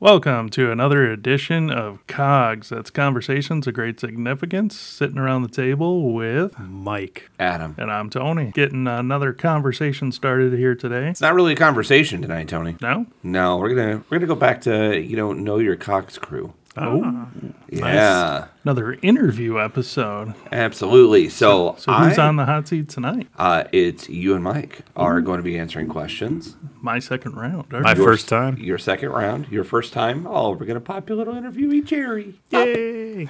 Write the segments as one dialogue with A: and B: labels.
A: Welcome to another edition of COGS. That's Conversations of Great Significance, sitting around the table with Mike.
B: Adam.
A: And I'm Tony. Getting another conversation started here today.
B: It's not really a conversation tonight, Tony.
A: No?
B: No, we're gonna we're gonna go back to you know know your Cox crew.
A: Oh,
B: Yeah,
A: another interview episode.
B: absolutely. So,
A: So who's
B: I,
A: on the hot seat tonight?
B: Uh, it's you and Mike are going to be answering questions.
A: My second round.
C: My
A: Yours.
C: first time.
B: Your second round, your first time. Oh, we're gonna pop your little interviewee Jerry.
C: Yay!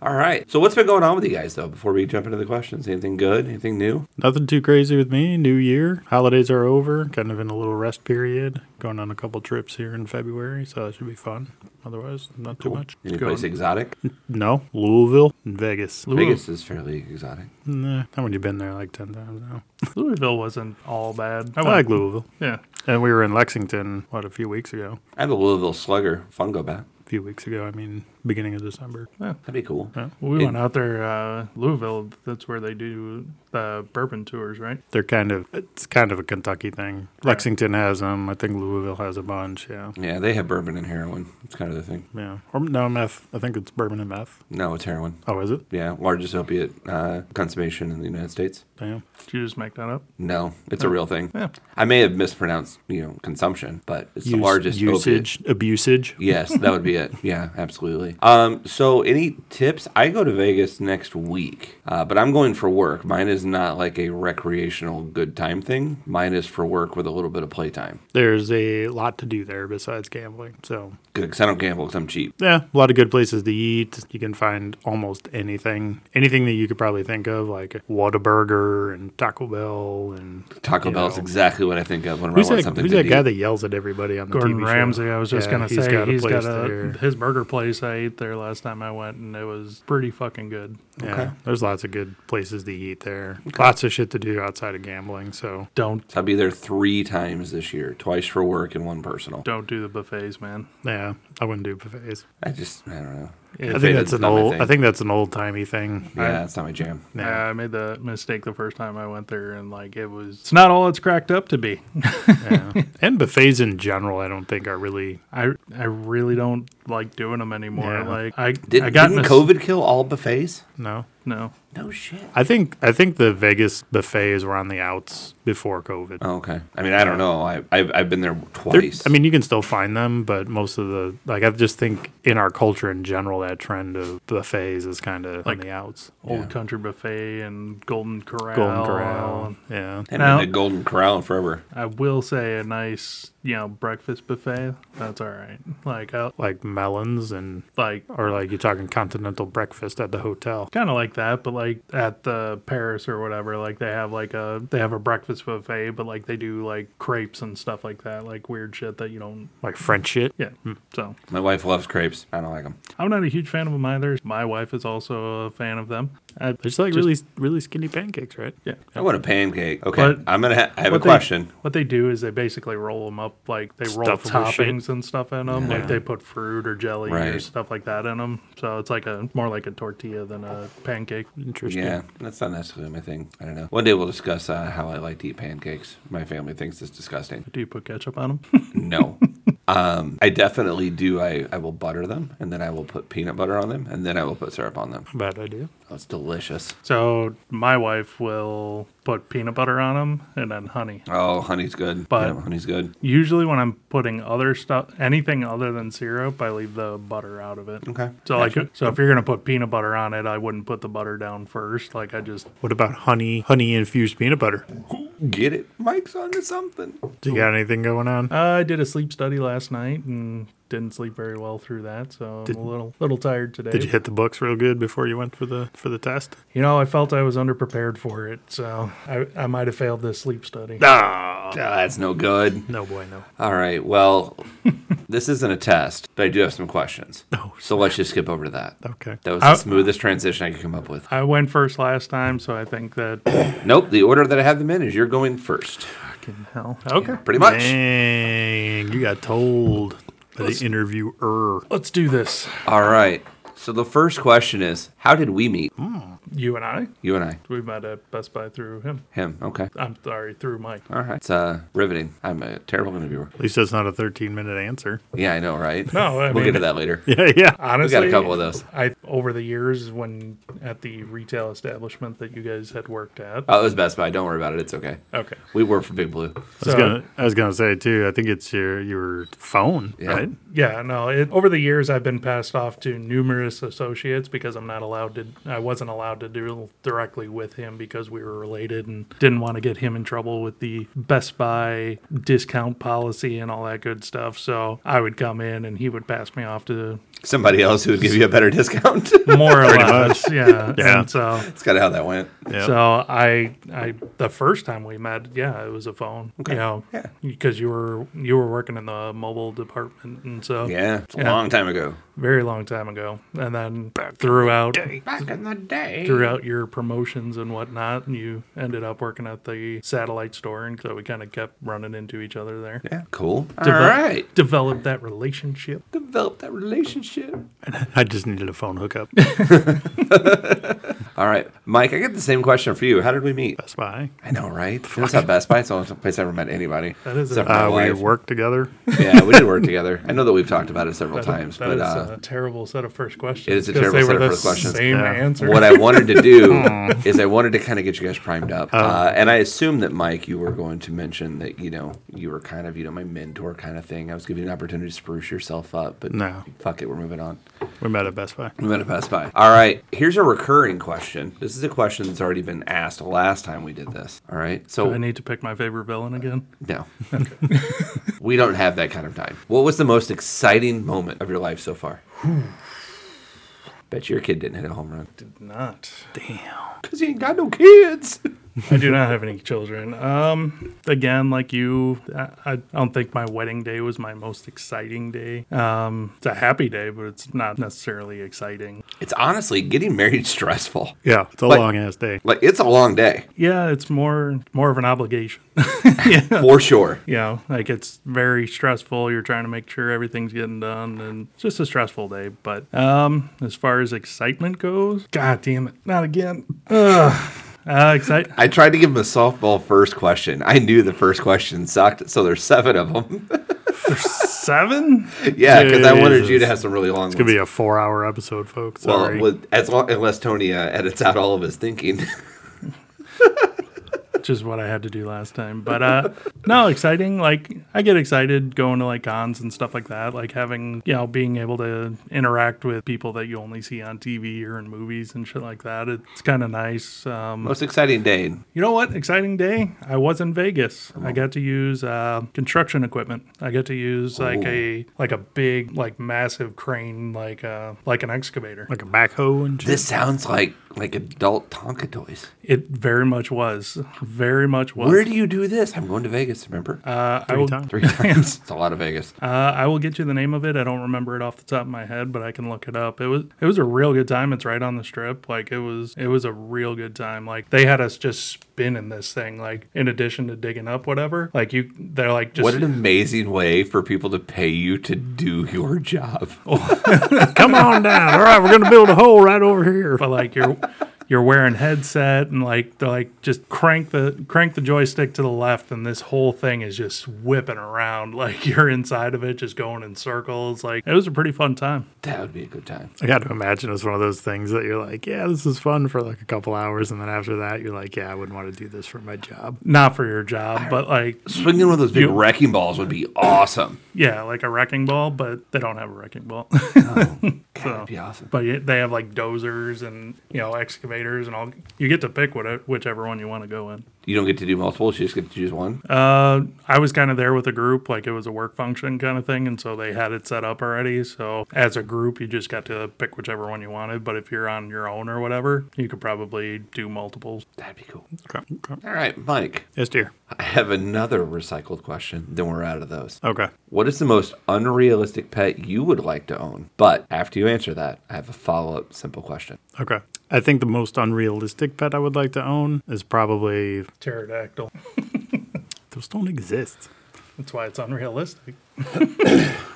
B: All right. So what's been going on with you guys though? Before we jump into the questions, anything good? Anything new?
C: Nothing too crazy with me. New year. Holidays are over. Kind of in a little rest period. Going on a couple trips here in February, so that should be fun. Otherwise, not too much.
B: Any
A: Good.
B: place exotic?
C: No, Louisville and Vegas.
A: Louis-
B: Vegas is fairly exotic.
C: Nah, I've only been there like 10 times now.
A: Louisville wasn't all bad.
C: I like Louisville.
A: Yeah.
C: And we were in Lexington, what, a few weeks ago?
B: I had a Louisville Slugger fungo bat.
C: A few weeks ago, I mean, beginning of December.
B: That'd be cool.
A: We
B: It-
A: went out there, uh, Louisville. That's where they do the bourbon tours, right?
C: They're kind of, it's kind of a Kentucky thing. Lexington has them. I think Louisville has a bunch. Yeah.
B: Yeah, they have bourbon and heroin. It's kind of the thing.
C: Yeah. Or no, meth. I think it's bourbon and meth.
B: No, it's heroin.
C: Oh, is it?
B: Yeah, largest opiate uh, consummation in the United States.
C: Damn.
A: Did you just make that up?
B: No, it's a real thing.
A: Yeah.
B: I may have mispronounced, you know, consumption, but it's the
C: Use-
B: largest opiate.
C: usage abusage.
B: Yes, that would be it. Yeah, absolutely. Um, so, any tips? I go to Vegas next week, uh, but I'm going for work. Mine is not like a recreational good time thing. Mine is for work with a little bit of playtime.
C: There's a lot to do there besides gambling. So
B: Good, because I don't gamble because I'm cheap.
C: yeah, a lot of good places to eat. You can find almost anything, anything that you could probably think of, like Whataburger and Taco Bell and
B: Taco
C: you
B: Bell is
C: know.
B: exactly what I think of whenever
C: Who's
B: I want
C: that,
B: something
C: who's
B: to
C: that guy
B: eat.
C: that yells at everybody on the
A: Gordon
C: TV show?
A: Ramsay. I was just
C: Yeah,
A: gonna say he's got
C: place
A: a
C: there.
A: his burger place. I ate there last time I went, and it was pretty fucking good.
C: Yeah,
B: Okay.
C: there's lots of good places to eat there. Lots of shit to do outside of gambling. So
A: Don't
B: So I'll be there three times this year, twice for work and one personal.
A: don't do the buffets, man.
C: yeah, I wouldn't do buffets.
B: I just, I don't know.
A: If
C: I
B: Buffet
C: think that's
B: is
C: an
B: not my
C: old.
B: thing.
C: I think that's an old timey thing.
B: Yeah, that's not my jam.
A: Uh,
C: Yeah.
A: I made the mistake the first time I went there, and like it was, it's not all it's cracked up to be.
C: yeah. and buffets in general, I don't think are really
A: I I really don't like doing them anymore.
C: Yeah.
A: Like I
B: Did,
A: I got
B: didn't
A: mis-
B: COVID kill all buffets?
C: no.
A: No,
B: No shit.
C: I think I think the Vegas buffets were on the outs before COVID.
B: Oh, okay. I mean, I don't know. I, I've, I've been there
C: They're-
B: twice.
C: I mean, you can still find them, but most of the like I just think in our culture in general, that trend of buffets is kind of
A: Like-
C: on the outs.
A: Old
B: Yeah.
A: Country Buffet and Golden Corral.
C: Golden Corral, yeah.
B: I've
A: now-
B: been to Golden Corral in forever.
A: I will say a nice, you know, breakfast buffet. That's all right. Like I
C: Like melons and
A: like
C: or like you're talking continental breakfast at the hotel.
A: kind of like that but like at the paris or whatever like they have like a they have a breakfast buffet but like they do like crepes and stuff like that like weird shit that you don't
C: Like French shit.
A: yeah
B: Hmm.
A: so
B: My wife loves crepes. I don't like them.
A: i'm not a huge fan of them either my wife is also a fan of them I,
C: They're just like
A: Just-
C: really really skinny pancakes, right?
A: yeah
B: I want a pancake. Okay.
A: But-
B: I'm going to ha- I have a
A: What they-
B: question.
A: what they do is they basically roll them up like they roll
C: Stuff 'em with shit.
A: toppings and stuff in them like
C: Yeah.
A: they put fruit or jelly or
B: Right.
A: stuff like that in them so it's like a more like a tortilla than a pancake
C: Interesting.
B: Yeah, that's not necessarily my thing. I don't know. One day we'll discuss uh, how I like to eat pancakes. My family thinks it's disgusting.
A: do you put ketchup on them
B: No. um, I definitely do. I, I will butter them, and then I will put peanut butter on them, and then I will put syrup on them.
C: Bad idea.
B: Oh, it's delicious.
A: so my wife will put peanut butter on them and then honey
B: Oh, honey's good.
A: But-
B: yeah, honey's good.
A: Usually, when I'm putting other stuff, anything other than syrup, I leave the butter out of it.
B: Okay.
A: So like, so if you're gonna put peanut butter on it, I wouldn't put the butter down first. Like I just
C: What about honey honey infused peanut butter?
B: Get it? Mike's onto something.
C: Do you got anything going on?
A: I did a sleep study last night and didn't sleep very well through that, so
C: Did-
A: I'm a little little tired today.
C: Did you hit the books real good before you went for the for the test?
A: You know, I felt I was underprepared for it, so I I might have failed this sleep study.
C: No.
B: Ah, that's no good.
C: No boy, no.
B: All right. Well, this isn't a test, but I do have some questions.
C: No.
B: So let's just skip over to that.
C: Okay.
B: That was
A: I-
B: the smoothest transition I could come up with.
A: I went first last time, so I think that
B: Nope. The order that I have them in is you're going first.
A: fucking hell. Okay,
B: Pretty much.
C: Dang, you got told by the interviewer.
A: let's do this.
B: All right. So the first question is, how did we meet?
A: You and I,
B: You and I,
A: we met at Best Buy through him.
B: him. Okay.
A: I'm sorry, through Mike.
B: All right. It's uh, riveting. I'm a terrible interviewer.
C: At least that's not a 13 minute answer.
B: Yeah, I know, right?
A: No, I
B: we'll
A: mean-
B: get to that later.
C: Yeah, yeah.
A: Honestly,
B: couple of those.
A: I over the years when at the retail establishment that you guys had worked at.
B: Oh, it was Best Buy. Don't worry about it. It's okay.
A: okay.
B: We work for Big Blue.
C: I was
A: So-
C: gonna, I was gonna say too. I think it's your your phone,
B: Yeah.
C: right?
A: Yeah, no. It, over the years, I've been passed off to numerous associates because I'm not allowed to. I wasn't allowed to deal directly with him because we were related and didn't want to get him in trouble with the Best Buy discount policy and all that good stuff. So I would come in and he would pass me off to
B: Somebody else who would give you a better discount.
A: more or less. Yeah,
C: Yeah.
A: And so.
B: That's kind of how that went.
C: Yeah.
A: So I, I, the first time we met, yeah, it was a phone. You know,
B: Yeah.
A: because you were you were working in the mobile department, and so
B: Yeah, it's a
A: Yeah.
B: long time ago.
A: very long time ago. And then throughout
B: Back in the day.
A: throughout your promotions and whatnot, you ended up working at the satellite store, and so we kind of kept running into each other there.
B: Yeah, cool. All right.
A: Develop- Developed that relationship.
B: Develop that relationship.
C: I just needed a phone hookup.
B: All right, Mike, I get the same question for you. How did we meet?
C: Best Buy.
B: I know, right? That's not Best Buy. It's the only place I ever met anybody.
A: That is
B: Except
A: a-
B: for my
C: Uh, we
B: wife.
C: work together.
B: yeah, we did work together. I know that we've talked about it several
A: That-
B: times,
A: that
B: but
A: is
B: uh,
A: a terrible set of first questions.
B: it is a
A: 'cause
B: terrible
A: they
B: set
A: were
B: of
A: the
B: first questions.
A: Same
C: Yeah.
A: answer.
B: what I wanted to do
A: Hmm.
B: is I wanted to kind of get you guys primed
A: Oh.
B: up, uh, and I assume that Mike, you were going to mention that you know you were kind of you know my mentor kind of thing. I was giving you an opportunity to spruce yourself up, but
C: No.
B: fuck it, we're moving on.
C: We met at Best Buy.
B: I'm gonna pass by. All right, here's a recurring question. This is a question that's already been asked last time we did this. All right,
A: Do
B: so
A: I need to pick my favorite villain again.
B: no, we don't have that kind of time. What was the most exciting moment of your life so far? Bet your kid didn't hit a home run
A: Did not.
B: because he ain't got no kids.
A: I do not have any children. Um, again, like you, I, I don't think my wedding day was my most exciting day. Um, it's a happy day, but it's not necessarily exciting.
B: It's honestly getting married stressful.
C: Yeah, it's a
B: Like-
C: long ass day.
B: Like it's a long day
A: Yeah, it's more more of an obligation.
B: for sure.
A: you know, like it's very stressful. You're trying to make sure everything's getting done, and it's just a stressful day. But um, as far as excitement goes, god damn it, not again. Ugh. Uh, excite.
B: I tried to give him a softball first question. I knew the first question sucked, so there's seven of them.
A: Seven?
B: yeah, because I wanted you to
C: Jesus.
B: have some really long. ones.
C: It's gonna be a four hour episode, folks.
B: Well,
C: Sorry.
B: with, as long, unless Tony uh, edits out all of his thinking.
A: which is what I had to do last time. But uh no, exciting. Like I get excited going to like cons and stuff like that. Like having you know being able to interact with people that you only see on TV or in movies and shit like that. It's kind of nice. Um,
B: Most exciting day.
A: you know what? Exciting day. I was in Vegas. I got to use uh, construction equipment. I got to use like a like a big like massive crane like uh like an excavator.
C: like a backhoe and shit.
B: This sounds like like adult Tonka toys.
A: It very much was. Very much was.
B: Where do you do this? I'm going to Vegas. Remember?
A: uh, I
C: Three
A: will
C: times.
B: Three times. It's a lot of Vegas.
A: Uh, I will get you the name of it. I don't remember it off the top of my head, but I can look it up. It was it was a real good time. It's right on the strip. Like it was it was a real good time. Like they had us just spinning this thing. Like in addition to digging up whatever, like you they're like just
B: What an amazing way for people to pay you to do your job.
C: Oh. Come on down. All right, we're gonna build a hole right over here.
A: but like you're you're wearing headset and like they're like just crank the crank the joystick to the left and this whole thing is just whipping around like you're inside of it just going in circles. Like it was a pretty fun time.
B: That would be a good time.
C: I got to imagine it's one of those things that you're like, yeah, this is fun for like a couple hours, and then after that, you're like, yeah, I wouldn't want to do this for my job.
A: Not for your job, but like
B: Swinging one of those big wrecking balls would be awesome.
A: Yeah, like a wrecking ball, but they don't have a wrecking ball.
B: God, that'd be awesome.
A: but yeah, they have like dozers and you know excavators and all. You get to pick what whichever one you want to go in.
B: You don't get to do multiples. You just get to choose one.
A: Uh, I was kind of there with a group, like it was a work function kind of thing, and so they had it set up already. So as a group, you just got to pick whichever one you wanted. But if you're on your own or whatever, you could probably do multiples.
B: That'd be cool.
C: Okay. okay.
B: All right, Mike.
C: Yes, dear.
B: I have another recycled question. Then we're out of those.
C: Okay.
B: What is the most unrealistic pet you would like to own? But after you answer that, I have a follow up simple question.
C: Okay. I think the most unrealistic pet I would like to own is probably
A: Pterodactyl.
C: those don't exist.
A: That's why it's unrealistic.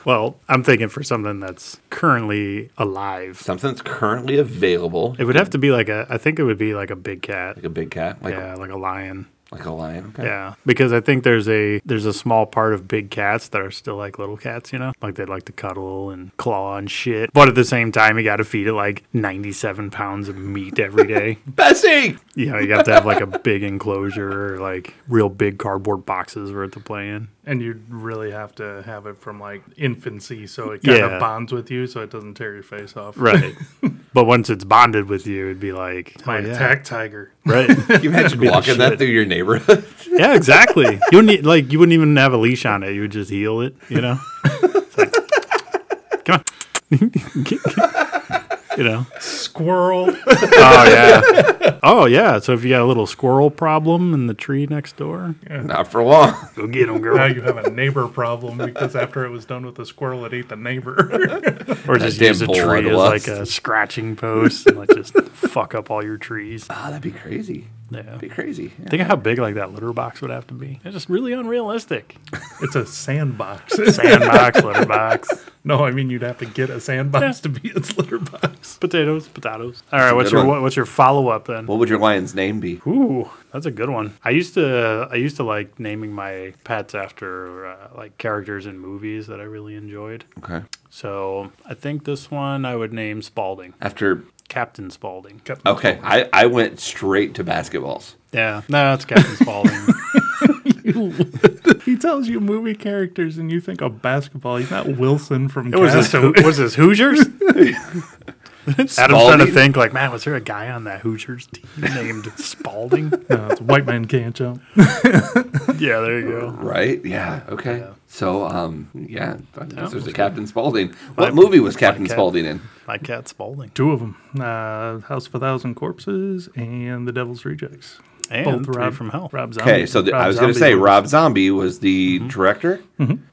C: Well, I'm thinking for something that's currently alive.
B: Something that's currently available,
C: It would have to be like a. I think it would be like a big cat.
B: like a big cat, like
C: Yeah, like a lion.
B: like a lion. Okay.
C: Yeah, because I think there's a there's a small part of big cats that are still like little cats, you know, like they like to cuddle and claw and shit. But at the same time, you got to feed it like 97 pounds of meat every day.
B: Bessie.
C: you know, you have to have like a big enclosure or like real big cardboard boxes for it to play in.
A: And you really have to have it from like infancy so it kind
C: Yeah.
A: of bonds with you so it doesn't tear your face off.
C: Right. but once it's bonded with you, it'd be like
A: My
C: oh, yeah.
A: attack tiger.
C: Right.
B: Can you imagine
C: be the
B: walking that
C: shit.
B: through your neighborhood?
C: yeah, exactly. You wouldn't e- like you wouldn't even have a leash on it. You would just heel it, you know? It's like, come on. Get- get- you know.
A: Squirrel.
C: Oh yeah. Oh yeah. So if you got a little squirrel problem in the tree next door,
B: Not for long.
C: go get them,
A: now
C: girl.
A: you have a neighbor problem because after it was done with the squirrel, it ate the neighbor.
C: Or just
B: damn
C: use a tree as
B: bloodlust.
C: like a scratching post and like just fuck up all your trees.
B: Ah, that'd be crazy.
C: Yeah.
B: That'd be crazy. Yeah.
C: Think of how big like that litter box would have to be. It's just really unrealistic.
A: it's a sandbox.
C: Sandbox, litter box,
A: no, I mean you'd have to get a sandbox to be its litter box.
C: potatoes, potatoes. All right, what's
B: good
C: your
B: one.
C: what's your follow up then?
B: What would your lion's name be?
C: Ooh, that's a good one. I used to I used to like naming my pets after uh, like characters in movies that I really enjoyed.
B: Okay.
C: So I think this one I would name Spalding,
B: After
C: Captain Spalding.
B: okay, I, I went straight to basketballs.
C: yeah, no, it's Captain Spalding.
A: He tells you movie characters and you think of basketball. He's not Wilson from
C: It was this,
A: Castaway.
C: what was this Hoosiers? Adam's trying to
B: Spalding?
C: think like, man, was there a guy on that Hoosiers team named Spalding?
A: No, it's white man can't jump.
C: yeah, there you go.
B: Right? Yeah. Okay. So, um, yeah, I guess
C: Yeah,
B: there's a
C: okay.
B: Captain Spaulding. What
C: Like-
B: movie was Captain
C: like, uh,
B: Spaulding in?
C: My cat Spalding.
A: Two of them: uh, House of a Thousand Corpses and The Devil's Rejects.
C: And Three from Hell.
A: Rob Zombie.
B: Okay, so the,
A: Rob
B: I was going to
A: Zombie
B: say
A: was-
B: Rob Zombie was the director,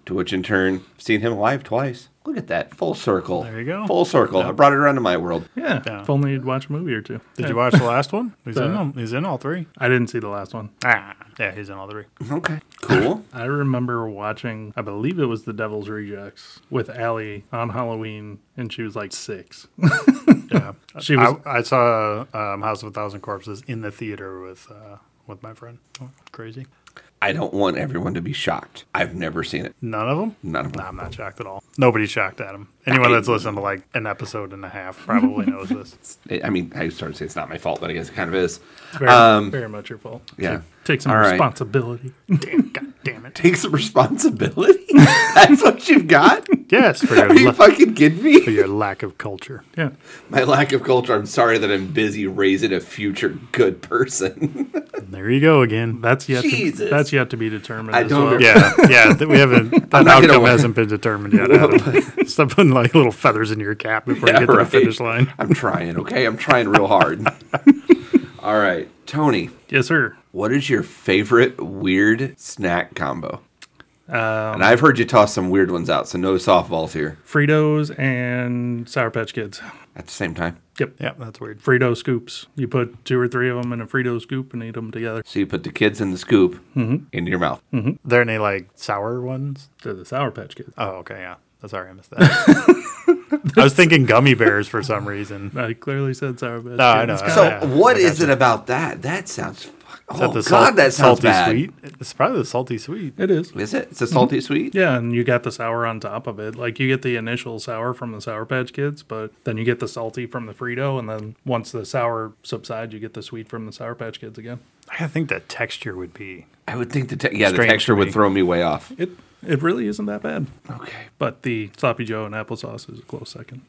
B: to which in turn seen him live twice. Look at that full circle.
C: There you go.
B: Full circle. I brought it around to my world.
A: Yeah,
C: Yeah.
A: if only you'd watch a movie or two.
C: Did
A: Yeah.
C: you watch the last one? He's in
A: Uh,
C: them. He's in all three.
A: I didn't see the last one.
C: Ah, yeah, he's in all three.
B: Okay. Cool.
A: I remember watching, I believe it was The Devil's Rejects with Allie on Halloween, and she was like six.
C: Yeah,
A: She was-
C: I, I saw um, House of a Thousand Corpses in the theater with uh, with my friend. Oh, crazy.
B: I don't want everyone to be shocked. I've never seen it.
C: None of them.
B: None of them.
C: Nah, I'm not shocked at all. Nobody's shocked at him. Anyone that's listened to like an episode and a half probably knows this.
B: I mean, I started to say it's not my fault, but I guess it kind of is.
A: Very,
B: Um,
A: very much your fault.
B: Yeah.
A: Take some
B: All right.
A: responsibility.
C: Damn, God damn it.
B: Take some responsibility. That's what you've got.
C: Yes, for your,
B: Are you
C: la-
B: fucking kidding me?
C: for your lack of culture.
A: Yeah.
B: My lack of culture. I'm sorry that I'm busy raising a future good person.
C: There you go again.
A: That's yet, to,
B: Jesus.
A: that's yet to be determined.
B: I
A: as
B: don't
A: well.
B: agree.
C: Yeah, yeah. Th- we haven't. That
B: not gonna
C: outcome
B: wa-
C: hasn't been determined yet. Adam. Stop putting like little feathers in your cap before
B: Yeah,
C: you get to
B: right.
C: the finish line.
B: I'm trying, okay? I'm trying real hard. All right, Tony,
A: Yes, sir.
B: what is your favorite weird snack combo?
C: Um,
B: and I've heard you toss some weird ones out, so no softballs here.
A: Fritos and Sour Patch Kids.
B: At the same time.
A: Yep.
C: Yeah, that's weird.
A: Frito scoops. You put two or three of them in a Frito scoop and eat them together.
B: So you put the kids in the scoop
C: Mm-hmm.
B: into your mouth.
C: There any like sour ones?
A: They're the Sour Patch Kids.
C: Oh, okay, yeah. Sorry, I missed that. I was thinking gummy bears for some reason. Is
A: I clearly said Sour Patch
C: No, I
A: Kids.
C: know.
B: So
C: Yeah,
B: what
C: Uh, I
B: is it about that? That sounds. fuck- Oh
C: that
B: God,
C: salt-
B: that sounds
C: salty
B: bad.
C: sweet? Mm-hmm. It's probably the salty sweet.
A: It is.
B: Is it? It's a salty sweet.
A: Yeah, and you got the sour on top of it. Like you get the initial sour from the Sour Patch Kids, but then you get the salty from the Frito, and then once the sour subsides, you get the sweet from the Sour Patch Kids again.
C: I think the texture would be.
B: I would think the te- yeah the
C: Strange
B: texture
C: to
B: would
C: me.
B: throw me way off.
A: It it really isn't that bad,
B: Okay.
A: but the sloppy Joe and applesauce is a close second.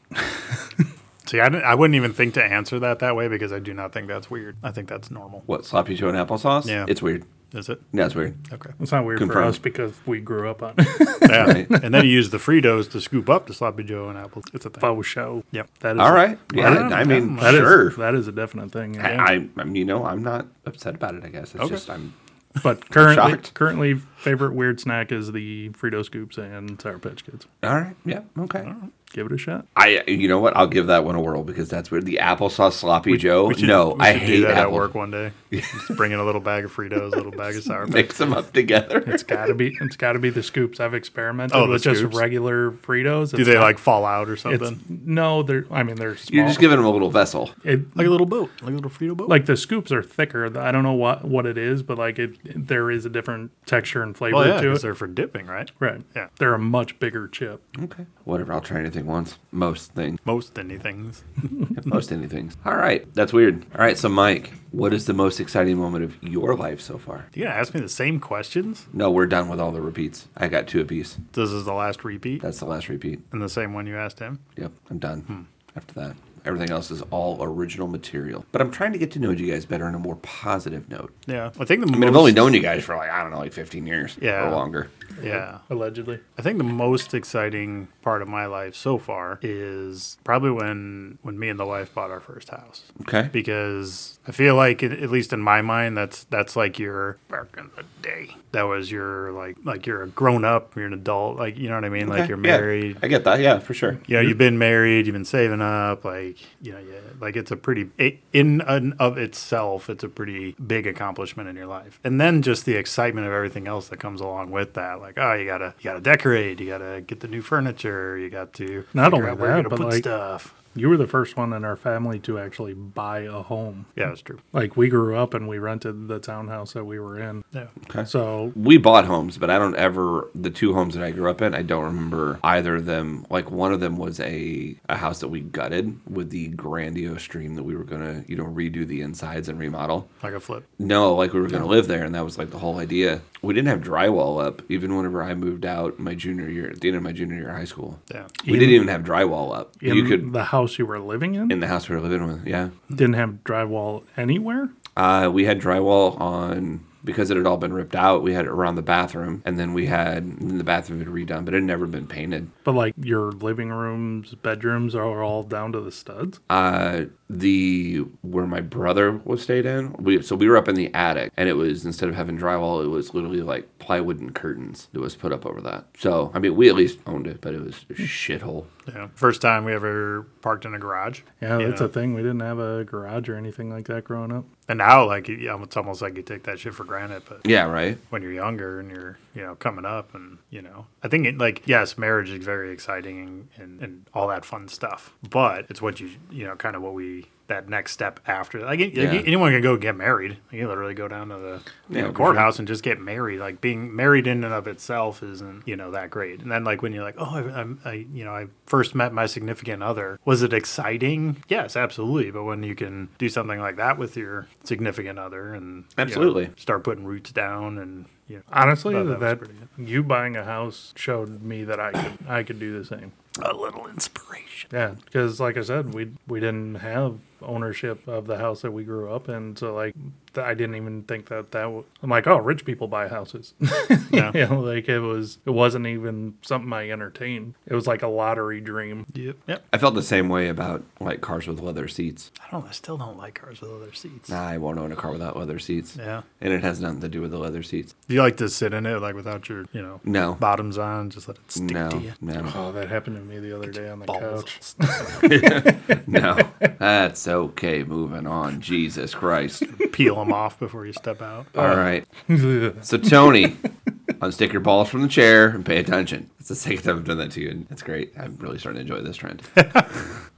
C: See, I, didn't- I wouldn't even think to answer that that way because I do not think that's weird. I think that's normal.
B: What sloppy joe and applesauce?
C: Yeah.
B: it's weird.
C: Is it?
B: Yeah, it's weird.
C: Okay.
A: It's not weird for
B: Confirmed.
A: us because we grew up on it.
C: Yeah.
B: Right.
C: And then you use the Fritos to scoop up the sloppy Joe and apples. It's a thing.
A: Faux show.
C: Yep.
A: That is
B: All right. Yeah,
C: Well,
B: I mean,
A: that is-
B: sure.
A: that is a definite thing.
B: I,
A: yeah.
B: I, I'm, you know, I'm not upset about it. I guess it's just I'm.
A: but currently,
B: shocked.
A: currently favorite weird snack is the Frito scoops and Sour Patch Kids.
B: All right. Yeah. Okay.
A: give it a shot.
B: I you know what? I'll give that one a whirl because that's where the applesauce sloppy Joe.
C: We should-
B: no,
C: we
B: I
C: should
B: hate
C: do that
B: apple.
C: at work one day. Just bring in a little bag of Fritos, a little bag of sour. patch.
B: Mix them up together.
A: It's gotta be it's gotta be the scoops. I've experimented
C: Oh, the
A: with just
C: scoops?
A: regular Fritos.
C: Do
A: It's
C: they
A: not-
C: like fall out or
A: it's
C: something?
A: no, they're I mean they're small.
B: You're just giving them a little vessel.
A: It-
C: Like a little boat, like a little Frito boat.
A: like the scoops are thicker. I don't know what what it is, but like it there is a different texture and flavor
C: well, Oh, yeah,
A: to
C: 'cause
A: it.
C: they're for dipping, right?
A: Right.
C: Yeah.
A: They're a much bigger chip.
B: Okay. Whatever. I'll try anything once. Most things.
C: Most anything's.
B: Most anything. All right. That's weird. All right. So Mike, what is the most exciting moment of your life so far?
C: You gonna ask me the same questions?
B: No, we're done with all the repeats. I got two apiece.
C: This is the last repeat,
B: That's the last repeat.
C: and the same one you asked him.
B: Yep, I'm done
C: Hmm.
B: after that. Everything else is all original material. But I'm trying to get to know you guys better on a more positive note.
C: Yeah, I think the
B: I
C: most.
B: mean, I've only known you guys for like, I don't know, like 15 years
C: Yeah.
B: or longer.
C: yeah,
A: Allegedly.
C: I think the most exciting part of my life so far is probably when when me and the wife bought our first house.
B: Okay.
C: Because I feel like, at at least in my mind, that's that's like your back in the day. That was your like like you're a grown up, you're an adult, like you know what I mean. Like
B: Okay,
C: you're
B: yeah.
C: married.
B: I get that. Yeah, for sure.
C: you know, you've been married, you've been saving up, like you know, yeah, like it's a pretty it, in and of itself, it's a pretty big accomplishment in your life. And then just the excitement of everything else that comes along with that, like oh, you gotta you gotta decorate, you gotta get the new furniture, you got to
A: Not
C: figure
A: only
C: out where you're
A: that,
C: gonna
A: but,
C: put
A: like-
C: stuff.
A: You were the first one in our family to actually buy a home.
C: Yeah, that's true.
A: Like we grew up and we rented the townhouse that we were in.
C: Yeah.
A: So
B: We bought homes, but I don't ever, the two homes that I grew up in, I don't remember either of them. Like one of them was a, a house that we gutted with the grandiose dream that we were going to, you know, redo the insides and remodel.
C: Like a flip.
B: No, like we were going to live there, and that was like the whole idea. We didn't have drywall up even whenever I moved out my junior year, at the end of my junior year of high school.
C: Yeah.
B: We didn't even have drywall up.
A: in
B: you could
A: the house you were living in
B: in the house we were living with, yeah.
A: didn't have drywall anywhere.
B: Uh, we had drywall on because it had all been ripped out. We had it around the bathroom, and then we had and the bathroom had redone, but it had never been painted.
A: But like your living rooms, bedrooms are all down to the studs.
B: uh the where my brother was stayed in we so we were up in the attic and it was instead of having drywall it was literally like plywood and curtains that was put up over that so i mean we at least owned it but it was a shithole
C: Yeah. First time we ever parked in a garage.
A: Yeah,
C: you
A: that's
C: know?
A: a thing. We didn't have a garage or anything like that growing up.
C: And now, like, you- it's almost like you take that shit for granted, but
B: yeah right
C: when you're younger and you're you know coming up and you know i think it, like yes marriage is very exciting and, and, and all that fun stuff but it's what you you know kind of what we that next step after like, it- like,
B: Yeah.
C: anyone can go get married you literally go down to the you
B: Yeah,
C: know,
B: for
C: courthouse and just get married like being married in and of itself isn't you know that great and then like when you're like oh I, I'm, I you know i first met my significant other was it exciting yes absolutely but when you can do something like that with your significant other and you know,
B: Absolutely.
C: start putting roots down and you know
A: Honestly,
C: Thought that was
A: that,
C: pretty
A: you buying a house showed me that I could I could do the same.
C: a little inspiration.
A: Yeah, because like I said, we we didn't have ownership of the house that we grew up in, so like th- I didn't even think that that w- I'm like, oh, rich people buy houses.
C: Yeah.
A: you know, like it was it wasn't even something I entertained. It was like a lottery dream.
C: Yep. Yep.
B: i felt the same way about like cars with leather seats
C: I don't. I still don't like cars with leather seats.
B: i won't own a car without leather seats
C: Yeah.
B: and it has nothing to do with the leather seats
C: Do you like to sit in it like without your you know
B: No.
C: bottoms on? Just let it stick to
B: no
C: you.
B: no
A: Oh, that happened to me the other day on the couch.
C: Balls.
B: no that's okay moving on jesus christ
C: Peel them off before you step out.
B: all right
A: That's
B: So Tony, unstick your balls from the chair and pay attention. It's the second time I've done that to you, and it's great. I'm really starting to enjoy this trend.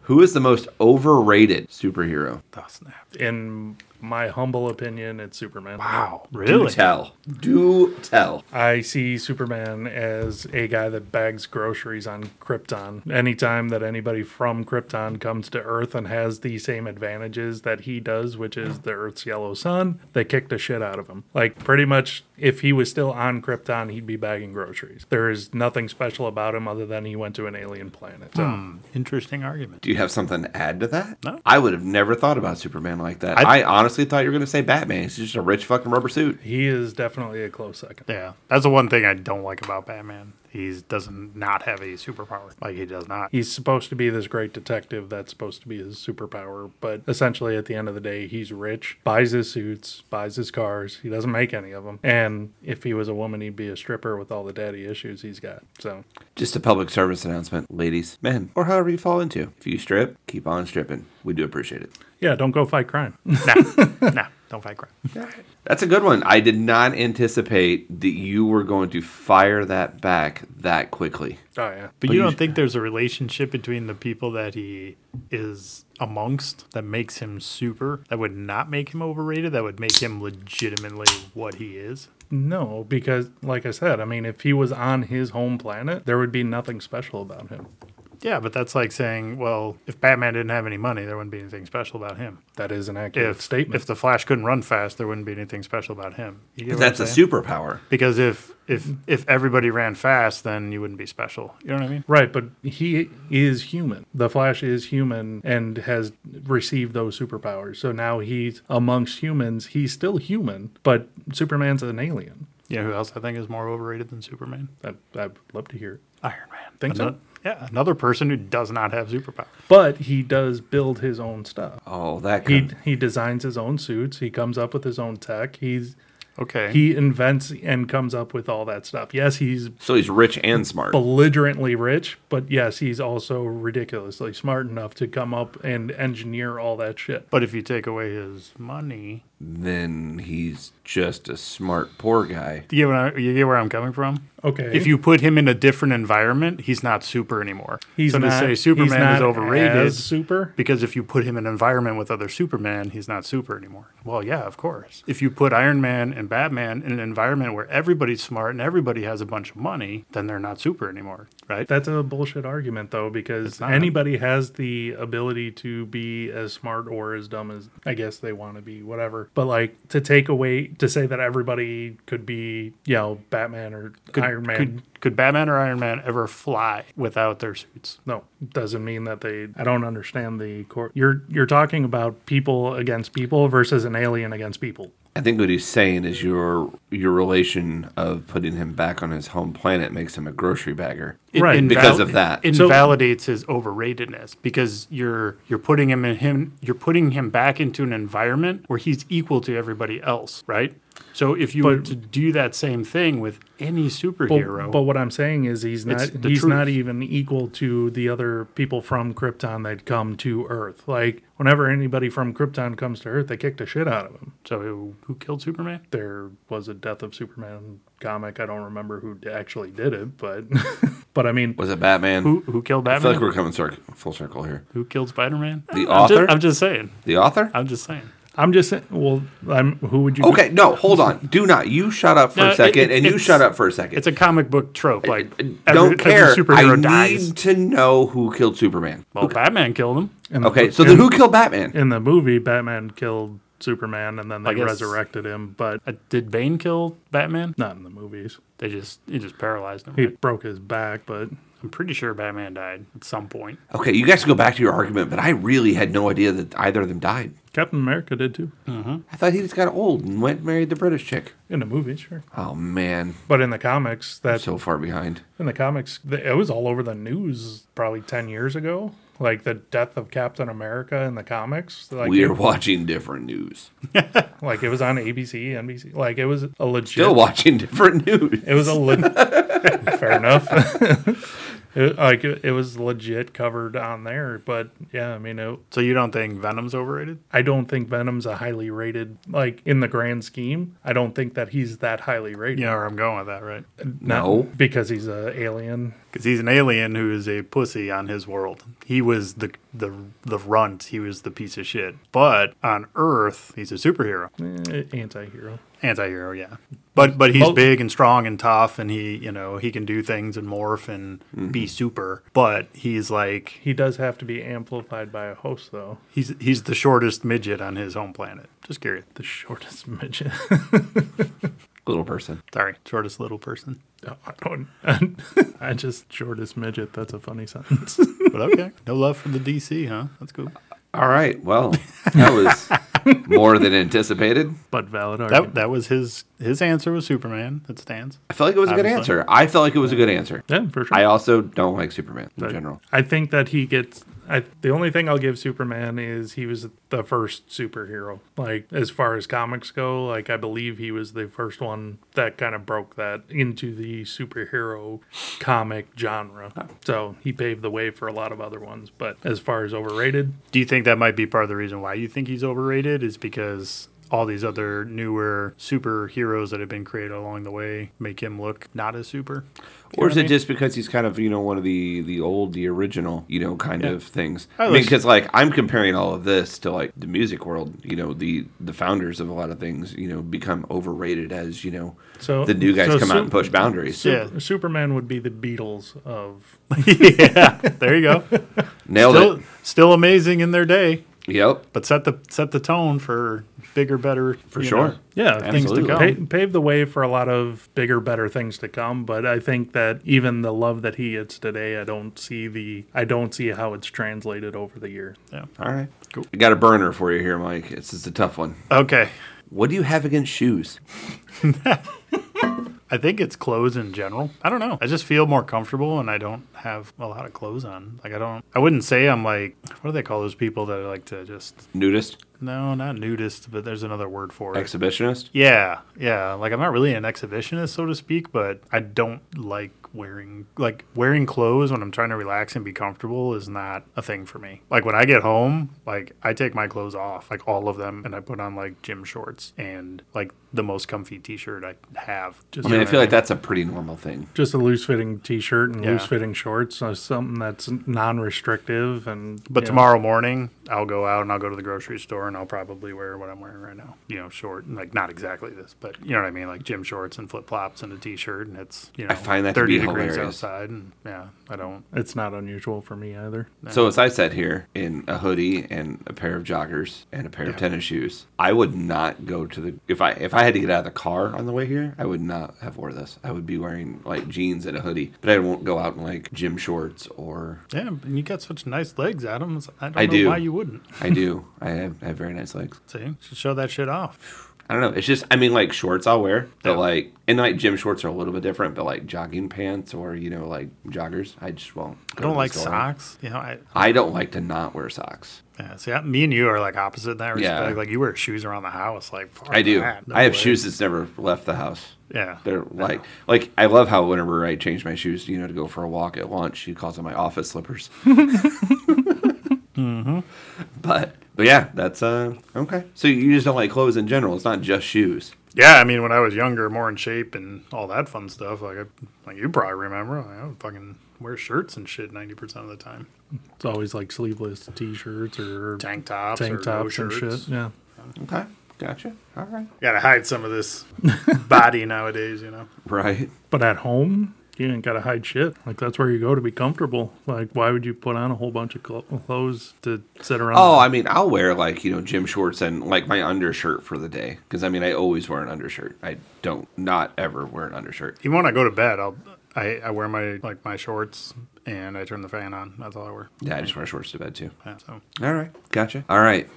B: Who is the most overrated superhero?
C: Oh snap!
A: in my humble opinion, it's Superman.
C: Wow.
B: Do
C: Really?
B: tell. Do tell.
A: I see Superman as a guy that bags groceries on Krypton. Anytime that anybody from Krypton comes to Earth and has the same advantages that he does, which is the Earth's yellow sun, they kick the shit out of him. Like, pretty much, if he was still on Krypton, he'd be bagging groceries. There is nothing special about him other than he went to an alien planet. So,
C: Hmm, Interesting argument.
B: Do you have something to add to that?
C: No.
B: I would have never thought about Superman like that. I,
C: I-
B: honestly thought you were going to say Batman. He's just a rich fucking rubber suit.
A: he is definitely a close second.
C: Yeah, that's the one thing I don't like about Batman He's doesn't not have a superpower. Like he does not.
A: He's supposed to be this great detective. That's supposed to be his superpower. But essentially, at the end of the day, he's rich, buys his suits, buys his cars. He doesn't make any of them. And if he was a woman, he'd be a stripper with all the daddy issues he's got. So
B: Just a public service announcement, ladies, men, or however you fall into. If you strip, keep on stripping. We do appreciate it.
A: yeah, don't go fight crime.
C: no, no, don't fight crime.
B: That's a good one. I did not anticipate that you were going to fire that back that quickly.
A: Oh yeah.
C: But, you don't think there's a relationship between the people that he is amongst that makes him super, that would not make him overrated, that would make him legitimately what he is?
A: No, because like I said, I mean, if he was on his home planet, there would be nothing special about him.
C: Yeah, but that's like saying, well, if Batman didn't have any money, there wouldn't be anything special about him.
A: That is an accurate
C: If
A: statement.
C: if the Flash couldn't run fast, there wouldn't be anything special about him. You get what
B: That's a
C: I'm saying?
B: superpower.
C: because if if if everybody ran fast, then you wouldn't be special. You know what I mean?
A: right, but he is human. The Flash is human and has received those superpowers. So now he's amongst humans. He's still human, but Superman's an alien.
C: You know who else I think is more overrated than Superman?
A: I, I'd love to hear it.
C: Iron Man.
A: Think so?
C: Ano- Yeah, another person who does not have superpower.
A: But he does build his own stuff.
B: Oh, that
A: He
B: kind
A: he designs his own suits. He comes up with his own tech. He's
C: Okay.
A: he invents and comes up with all that stuff. Yes, he's
B: So he's rich and smart.
A: belligerently rich, but yes, he's also ridiculously smart enough to come up and engineer all that shit.
C: But if you take away his money,
B: Then he's just a smart poor guy.
C: you get, what I, you get where I'm coming from.
A: Okay.
C: If you put him in a different environment, he's not super anymore.
A: he's
C: so
A: not,
C: to say
A: he's
C: Superman
A: not
C: is overrated
A: as super.
C: because if you put him in an environment with other Superman, he's not super anymore. Well, yeah, of course. If you put Iron Man and Batman in an environment where everybody's smart and everybody has a bunch of money, then they're not super anymore, right?
A: That's a bullshit argument though, because
C: not.
A: anybody has the ability to be as smart or as dumb as I guess they want to be, whatever. But like to take away to say that everybody could be, you know, Batman or Iron Man.
C: Could, could Batman or Iron Man ever fly without their suits?
A: No, doesn't mean that they. I don't understand the court. You're you're talking about people against people versus an alien against people.
B: I think what he's saying is your your relation of putting him back on his home planet makes him a grocery bagger.
A: Right,
B: because of that.
C: it
A: So-
C: invalidates his overratedness because you're you're putting him in him you're putting him back into an environment where he's equal to everybody else, right? So if you were to do that same thing with any
A: But,
C: superhero,
A: but what I'm saying is he's not
C: It's
A: he's
C: the
A: not
C: truth.
A: even equal to the other people from Krypton that come to Earth. Like whenever anybody from Krypton comes to Earth, they kick the shit out of him.
C: so who- who killed Superman?
A: There was a Death of Superman comic. I don't remember who d- actually did it, but but I mean,
B: Was it Batman?
C: Who who killed
B: I feel
C: Batman?
B: like we're coming cir- full circle here.
C: who killed Spider-Man?
B: The
C: I'm
B: author?
C: just, I'm just saying.
B: The author?
C: I'm just saying.
A: I'm just saying. Well, I'm who would you?
B: Okay, no, hold on. Do not. You shut up for
C: No,
B: a
C: it- it-
B: second, and you
C: it's-
B: shut up for a second.
C: It's a comic book trope. Like
B: Don't care.
C: superhero
B: I
C: dies.
B: need to know who killed Superman.
C: Well, Batman killed him.
A: in the
B: Okay,
A: book-
B: so
A: in-
B: then who killed Batman?
A: in the movie, Batman killed Superman and then they
C: I guess-
A: resurrected him, but
C: Uh, did Bane kill Batman?
A: not in the movies.
C: They just he just paralyzed him.
A: He
C: right?
A: broke his back, but
C: I'm pretty sure Batman died at some point.
B: Okay, you guys go back to your argument, but I really had no idea that either of them died.
A: Captain America did too
B: I thought he just got old and went and married the British chick.
A: in the movie, sure.
B: Oh man,
A: But in the comics, that
B: so far behind.
A: in the comics, th- it was all over the news probably ten years ago. Like the death of Captain America in the comics, like
B: we are
A: it,
B: watching different news.
A: like it was on ABC, NBC, like it was a legit.
B: Still watching different news.
A: It was a le- fair enough. it, like it it was legit covered on there, but yeah, I mean, it,
C: So you don't think Venom's overrated?
A: I don't think Venom's a highly rated like in the grand scheme. I don't think that he's that highly rated.
C: You know where I'm going with that, right?
A: Not
B: No.
A: because he's a alien.
C: Because he's an alien who is a pussy on his world. He was the the the runt. He was the piece of shit. But on Earth, he's a superhero,
A: Eh, anti-hero.
C: anti-hero, yeah. But but he's
A: Well-
C: big and strong and tough, and he you know he can do things and morph and be super. But he's like
A: He does have to be amplified by a host, though.
C: he's he's the shortest midget on his home planet. Just curious.
A: The shortest midget.
B: Little person.
C: Sorry, shortest little person.
A: I don't. I just shortest midget. That's a funny sentence.
C: But okay, no love for the DC, huh? That's cool.
B: All right. Well, that was more than anticipated.
A: but valid
C: That
A: argument.
C: that was his his answer was Superman. That stands.
B: I felt like it was a good
C: Obviously.
B: answer. I felt like it was a good answer.
A: Yeah, for sure.
B: I also don't like Superman in
A: But
B: general.
A: I think that he gets. I, the only thing I'll give Superman is he was the first superhero. Like as far as comics go, like I believe he was the first one that kind of broke that into the superhero comic genre. So he paved the way for a lot of other ones. But as far as overrated,
C: Do you think that might be part of the reason why you think he's overrated? Is because all these other newer superheroes that have been created along the way make him look not as super?
B: Or is
C: what I
B: it
C: mean?
B: just because he's kind of you know one of the the old the original you know kind of things?
C: I
B: I mean,
C: was-
B: because like I'm comparing all of this to like the music world. You know, the the founders of a lot of things you know become overrated as you know
A: So-
B: the new guys
A: so
B: come out and
A: Sup-
B: push boundaries.
C: Sup-
A: Sup- Superman would be the Beatles of.
C: yeah, there you go.
B: Nailed
C: Still,
B: it.
C: still amazing in their day,
B: Yep,
C: but set the set the tone for bigger, better
B: for sure.
A: Yeah, things to
B: Absolutely.
A: come. Pa- paved the way for a lot of bigger, better things to come. But I think that even the love that he gets today, I don't see the, I don't see how it's translated over the year.
B: All right,
C: Cool.
B: I got a burner for you here, Mike. It's it's a tough one.
C: Okay,
B: What do you have against shoes?
C: I think it's clothes in general. I don't know. I just feel more comfortable and I don't have a lot of clothes on. Like I don't I wouldn't say I'm like what do they call those people that are like to just
B: Nudist,
C: no, not nudist, but there's another word for it.
B: exhibitionist.
C: yeah, yeah. Like I'm not really an exhibitionist, so to speak, but I don't like wearing like wearing clothes when I'm trying to relax and be comfortable is not a thing for me. Like when I get home, like I take my clothes off, like all of them, and I put on like gym shorts and like the most comfy t-shirt I have. Just
B: I mean, I feel like that's a pretty normal thing.
A: Just a loose fitting T-shirt and
C: Yeah.
A: loose fitting shorts, so something that's non-restrictive and.
C: But
A: you know,
C: tomorrow morning, I'll go out and I'll go to the grocery store and I'll probably wear what I'm wearing right now. You know, short, like not exactly this, but you know what I mean, like gym shorts and flip flops and a t-shirt, and it's you know
B: find that to
C: 30
B: be
C: degrees
B: hilarious.
C: outside, and yeah, I don't.
A: it's not unusual for me either.
C: Uh-huh.
B: So as I sat here in a hoodie and a pair of joggers and a pair of tennis shoes, I would not go to the if I if I had to get out of the car on the way here, I would not have wore this. I would be wearing like jeans and a hoodie, but I won't go out in like gym shorts or
C: Yeah, and you got such nice legs, Adam. It's- I don't
B: I
C: know
B: do.
C: why you wouldn't.
B: I do. I have, I have very nice legs.
C: See, should show that shit off.
B: I don't know. It's just I mean like shorts I'll wear, but
C: Yeah.
B: like and like gym shorts are a little bit different, but like jogging pants or you know like joggers, I just won't.
C: I
B: go to
C: don't
B: the
C: like
B: store.
C: socks. You know, I
B: I don't like to not wear socks.
C: yeah, see, I, me and you are like opposite in that
B: Yeah.
C: respect. Like you wear shoes around the house, like fuck
B: I do.
C: that, no
B: I have
C: way.
B: shoes that's never left the house.
C: Yeah,
B: They're like, like I love how whenever I change my shoes, you know, to go for a walk at lunch, she calls them my office slippers. But but yeah, that's uh okay. So you just don't like clothes in general. It's not just shoes.
C: Yeah, I mean, when I was younger, more in shape and all that fun stuff, like I, like you probably remember, like, I would fucking wear shirts and shit ninety percent of the time,
A: It's always like sleeveless T-shirts or
C: tank tops,
A: tank
C: or
A: tops
C: no
A: and
C: shirts.
A: shit. Yeah.
B: Okay, gotcha. All right,
C: Gotta hide some of this body nowadays, you know.
B: right.
A: But at home, you ain't got to hide shit. Like, that's where you go to be comfortable. Like, why would you put on a whole bunch of clo- clothes to sit around?
B: Oh, I mean, I'll wear like you know gym shorts and like my undershirt for the day because I mean I always wear an undershirt. I don't not ever wear an undershirt.
C: Even when I go to bed, I'll I, I wear my like my shorts and I turn the fan on. That's all I wear.
B: Yeah, I just wear shorts to bed too.
C: Yeah, so
B: All right, gotcha. All right,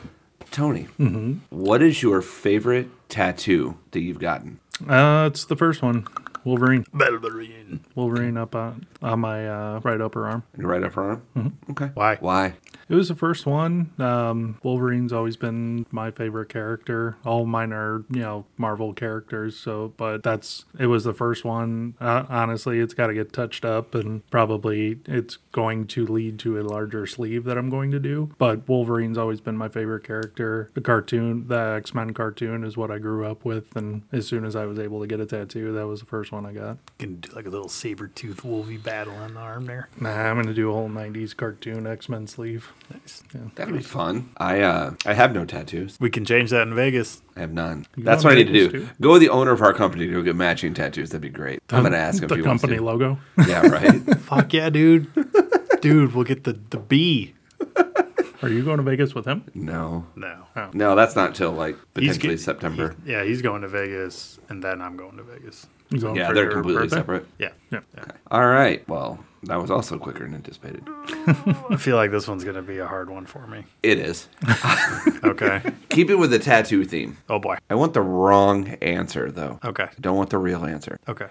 B: Tony,
A: Mm-hmm.
B: what is your favorite tattoo that you've gotten?
A: Uh, it's the first one Wolverine. Wolverine up on, on my uh, right upper arm.
B: Your right upper arm?
A: Mm-hmm.
B: Okay.
C: Why?
B: Why?
A: It was the first one. Um, Wolverine's always been my favorite character. All mine are, you know, Marvel characters. So, but that's it was the first one. Uh, honestly, it's got to get touched up, and probably it's going to lead to a larger sleeve that I'm going to do. But Wolverine's always been my favorite character. The cartoon, the X Men cartoon, is what I grew up with, and as soon as I was able to get a tattoo, that was the first one I got.
C: can do like a little saber tooth wolvie battle on the arm there.
A: Nah, I'm gonna do a whole '90s cartoon X Men sleeve.
C: Nice.
B: That'd be fun. I uh, I have no tattoos.
C: We can change that in Vegas.
B: I have none.
A: You
B: That's
A: got
B: what I need to do.
A: nipples, too.
B: Go with the owner of our company to go get matching tattoos. That'd be great. I'm gonna ask him
A: the
B: if he
A: company
B: wants
A: logo.
B: to. yeah, right.
C: Fuck yeah, dude. dude, we'll get the the B.
A: Are you going to Vegas with him?
B: No,
C: No. Oh.
B: no, that's not till like
C: He's
B: potentially
C: get-
B: September.
C: he- yeah, he's going to Vegas, and then I'm going to Vegas.
A: He's going
B: yeah,
A: for
B: they're
A: your
B: completely
A: birthday?
B: separate.
C: Yeah.
A: Yeah.
B: All right. Well, that was also quicker than anticipated.
C: I feel like this one's going to be a hard one for me.
B: It is.
C: Okay.
B: Keep it with the tattoo theme.
C: oh boy.
B: I want the wrong answer though.
C: Okay.
B: I don't want the real answer.
C: Okay.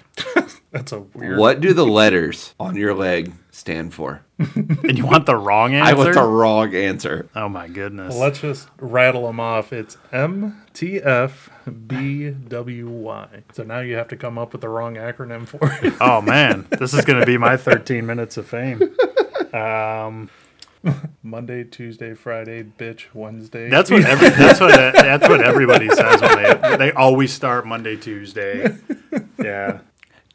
A: That's a weird.
B: What do the letters on your leg stand for?
C: And you want the wrong answer?
B: I want the wrong answer.
C: oh my goodness.
A: Well, let's just rattle them off. It's M T F B W Y. So now you have to come up with the wrong acronym for it.
C: oh man, this is going to be my 13 minutes of fame.
A: Um, Monday, Tuesday, Friday, bitch, Wednesday.
C: That's what every that's what that's what everybody says when they they always start Monday Tuesday. Yeah.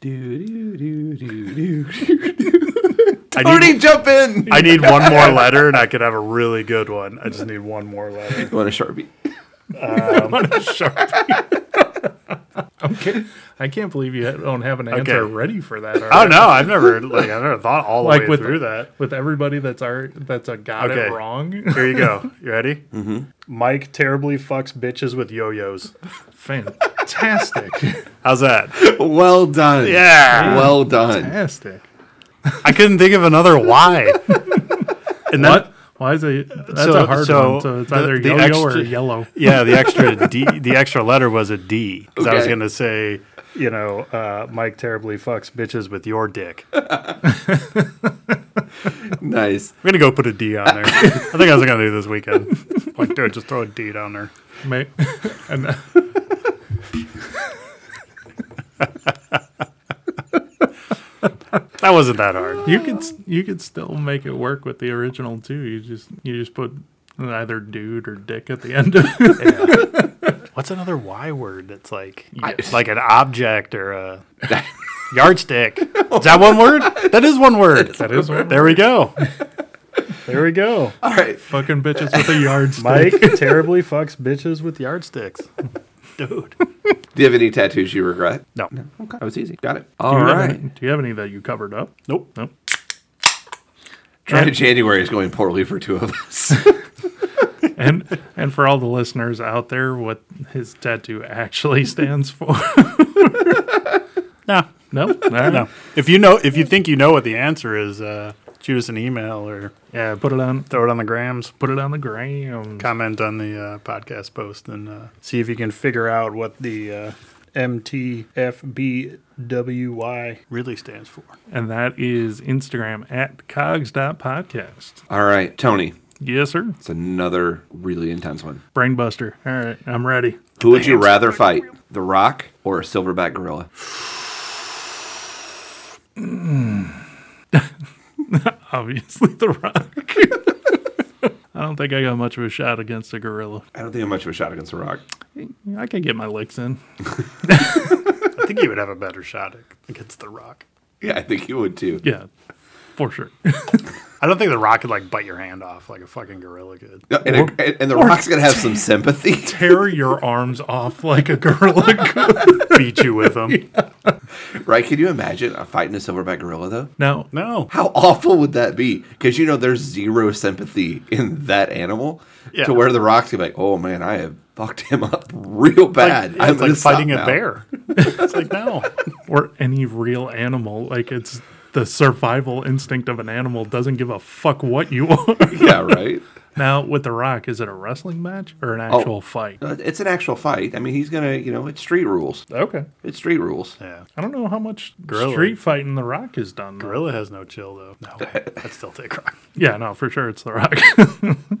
B: Do, do, do, do, do.
C: I
B: Already
C: need,
B: jump in.
C: I need one more letter and I could have a really good one. I just need one more letter.
B: want a sharpie?
A: okay. I can't believe you don't have an answer
C: Okay.
A: ready for that.
C: Oh
A: already.
C: no, I've never like I never thought all the
A: Like
C: way
A: with-
C: through that.
A: With everybody that's our that's a got
C: Okay.
A: it wrong.
C: Here you go. You ready? Mm-hmm. Mike terribly fucks bitches with yo-yos.
A: Fantastic.
C: How's that?
B: Well done.
C: Yeah.
B: Well done.
A: Fantastic.
C: I couldn't think of another why. And then,
A: What? Why is it? That's
C: So-
A: a hard
C: so
A: one. So it's
C: the-
A: either
C: the
A: yo-yo or
C: extra-
A: yellow.
C: Yeah, the extra D, the extra letter was a D. 'cause I was
B: Okay.
C: gonna say, you know, uh, Mike terribly fucks bitches with your dick. I'm
B: Nice.
C: gonna go put a D on there. I think I was gonna do this weekend. Like, dude, just throw a D down there.
A: May- and, uh,
C: That wasn't that hard.
A: You could s- you could still make it work with the original too. You just you just put either dude or dick at the end of it.
C: What's another Y word that's like
B: I-
C: like an object or a yardstick? Is that one word? That is one word.
A: That is one
C: There we go. There we go.
B: All right.
A: fucking bitches with a yardstick.
C: Mike terribly fucks bitches with yardsticks. Dude.
B: Do you have any tattoos you regret?
C: No.
B: Okay. That was easy. Got it.
A: do
B: All
A: you,
B: right.
A: have any, do you have any that you covered up?
C: Nope.
A: Nope.
B: Try January is going poorly for two of us.
A: And and for all the listeners out there, what his tattoo actually stands for?
C: No.
A: no, no,
C: No. If you know, if you think you know what the answer is, uh, shoot us an email or
A: Yeah, put it on
C: throw it on the grams.
A: put it on the ground.
C: Comment on the uh, podcast post and uh, see if you can figure out what the uh, MTFBWY really stands for.
A: And that is Instagram at cogs.podcast.
B: All right, Tony.
A: Yes, sir.
B: It's another really intense one.
A: Brainbuster. All right, I'm ready.
B: Who would you rather fight, The Rock or a silverback gorilla?
A: Obviously, The Rock. I don't think I got much of a shot against a gorilla.
B: I don't think I'm much of a shot against The Rock.
A: I can get my licks in.
C: I think you would have a better shot against the Rock.
B: Yeah, I think you would too.
A: Yeah, for sure.
C: I don't think the Rock could like bite your hand off like a fucking gorilla could.
B: No, And, and- and The Rock's going to have some sympathy.
A: Tear your arms off like a gorilla. could.
C: Beat you with him.
B: Right? Can you imagine a fighting a silverback gorilla, though?
A: Now,
C: No.
B: How awful would that be? Because, you know, there's zero sympathy in that animal
C: Yeah.
B: to where The Rock's going to be like, oh, man, I have fucked him up real bad.
C: Like, it's
B: gonna
C: like
B: stop
C: fighting a
B: now."
C: bear. It's like no.
A: or any real animal, like it's the survival instinct of an animal doesn't give a fuck what you are.
B: Yeah, right?
A: now, with The Rock, is it a wrestling match or an actual fight?
B: Uh, It's an actual fight. I mean, he's going to, you know, it's street rules.
A: Okay.
B: It's street rules.
C: Yeah.
A: I don't know how much
C: Gorilla.
A: street fighting The Rock has done. though.
C: Gorilla has no chill though. No. I'd still take Rock.
A: Yeah, no, for sure it's The Rock.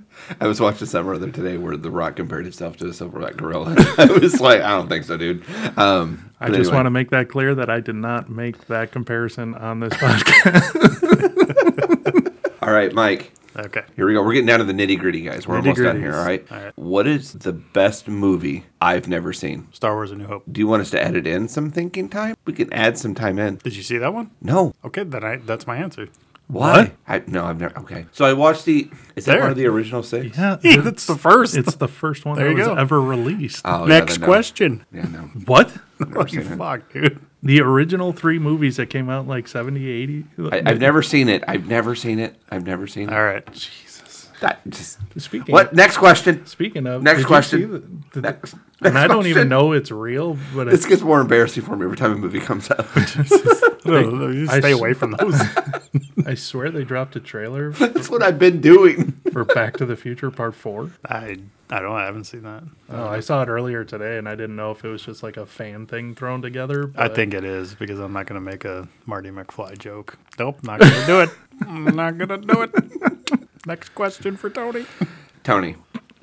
B: I was watching somewhere other today where The Rock compared himself to a silverback gorilla. I was like, I don't think so, dude. Um,
A: I just want to make that clear that I did not make that comparison on this podcast.
B: to. All right, Mike.
C: Okay.
B: Here we go. We're getting down to the nitty gritty, guys. We're almost done here.
C: Nitty-gritties.
B: All right?
C: All right.
B: What is the best movie I've never seen?
C: Star Wars: A New Hope.
B: Do you want us to edit in some thinking time? We can add some time in.
C: Did you see that one?
B: No.
C: Okay, then I that's my answer.
B: Why? I, no, I've never. Okay. So I watched the. Is that
C: There.
B: one of the original six?
A: yeah,
C: that's the first.
A: it's the first one
C: There
A: that
C: you
A: was
C: go.
A: ever released.
B: Oh, yeah,
C: Next
B: then no.
C: question.
B: Yeah, no.
A: what?
C: What you fuck, dude?
A: The original three movies that came out in like 70, 80?
B: I, I've never seen it. I've never seen it. I've never seen it.
C: All right.
A: Jesus.
B: That just-
A: Speaking
B: what? Next question.
A: Speaking of
B: Next
A: did you
B: question.
A: see the- the-
B: Next-
A: and I don't even
B: question.
A: know it's real, but
B: This
A: it's,
B: gets more embarrassing for me every time a movie comes out.
C: No, you
A: I
C: stay
A: s-
C: away from those.
A: I swear they dropped a trailer
B: That's what I've been doing.
A: for Back to the Future Part Four.
C: I I don't. I haven't seen that.
A: Oh, I saw it earlier today, and I didn't know if it was just like a fan thing thrown together.
C: I
A: but-
C: think it is because I'm not going to make a Marty McFly joke. Nope, not going to do it. I'm not going to do it. Next question for Tony.
B: Tony,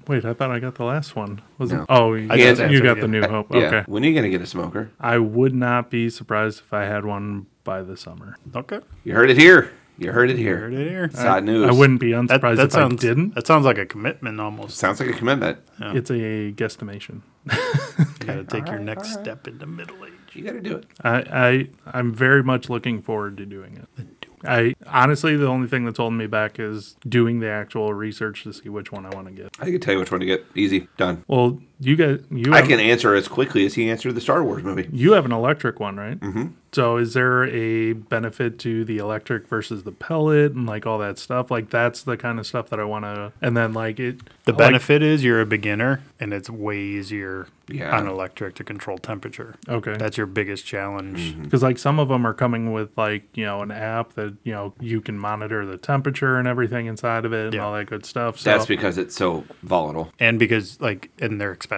A: Wait, I thought I got the last one. Was
B: No.
A: it? Oh, you,
B: did
A: got,
B: that,
A: you
C: so
A: got
C: yeah.
A: the new hope.
B: yeah.
A: Okay.
B: When are you gonna get a smoker?
A: I would not be surprised if I had one by the summer.
C: Okay,
B: You heard it here. You heard it
C: heard
B: here.
C: it here.
B: It's hot news.
A: I wouldn't be
C: That,
A: unsurprised
C: that
A: if
C: sounds
A: I didn't.
C: That sounds like a commitment almost.
B: Sounds like a commitment.
A: It's a guesstimation.
C: you got to take your next step into middle age.
B: You got to do it.
A: I, I I'm very much looking forward to doing it. I honestly, the only thing that's holding me back is doing the actual research to see which one I want to get.
B: I can tell you which one to get. Easy. Done.
A: Well, you guys, you
B: I
A: have,
B: can answer as quickly as he answered the Star Wars movie.
A: you have an electric one, right? Mm-hmm. So, is there a benefit to the electric versus the pellet and like all that stuff? Like that's the kind of stuff that I want to. And then like it,
C: The
A: I like-
C: benefit is you're a beginner, and it's way easier
B: Yeah.
C: on electric to control temperature.
A: okay, Mm-hmm.
C: That's your biggest challenge.
A: because like some of them are coming with like you know an app that you know you can monitor the temperature and everything inside of it and
C: Yeah.
A: all that good stuff. So
B: That's because it's so volatile.
C: And because like, and they're expensive.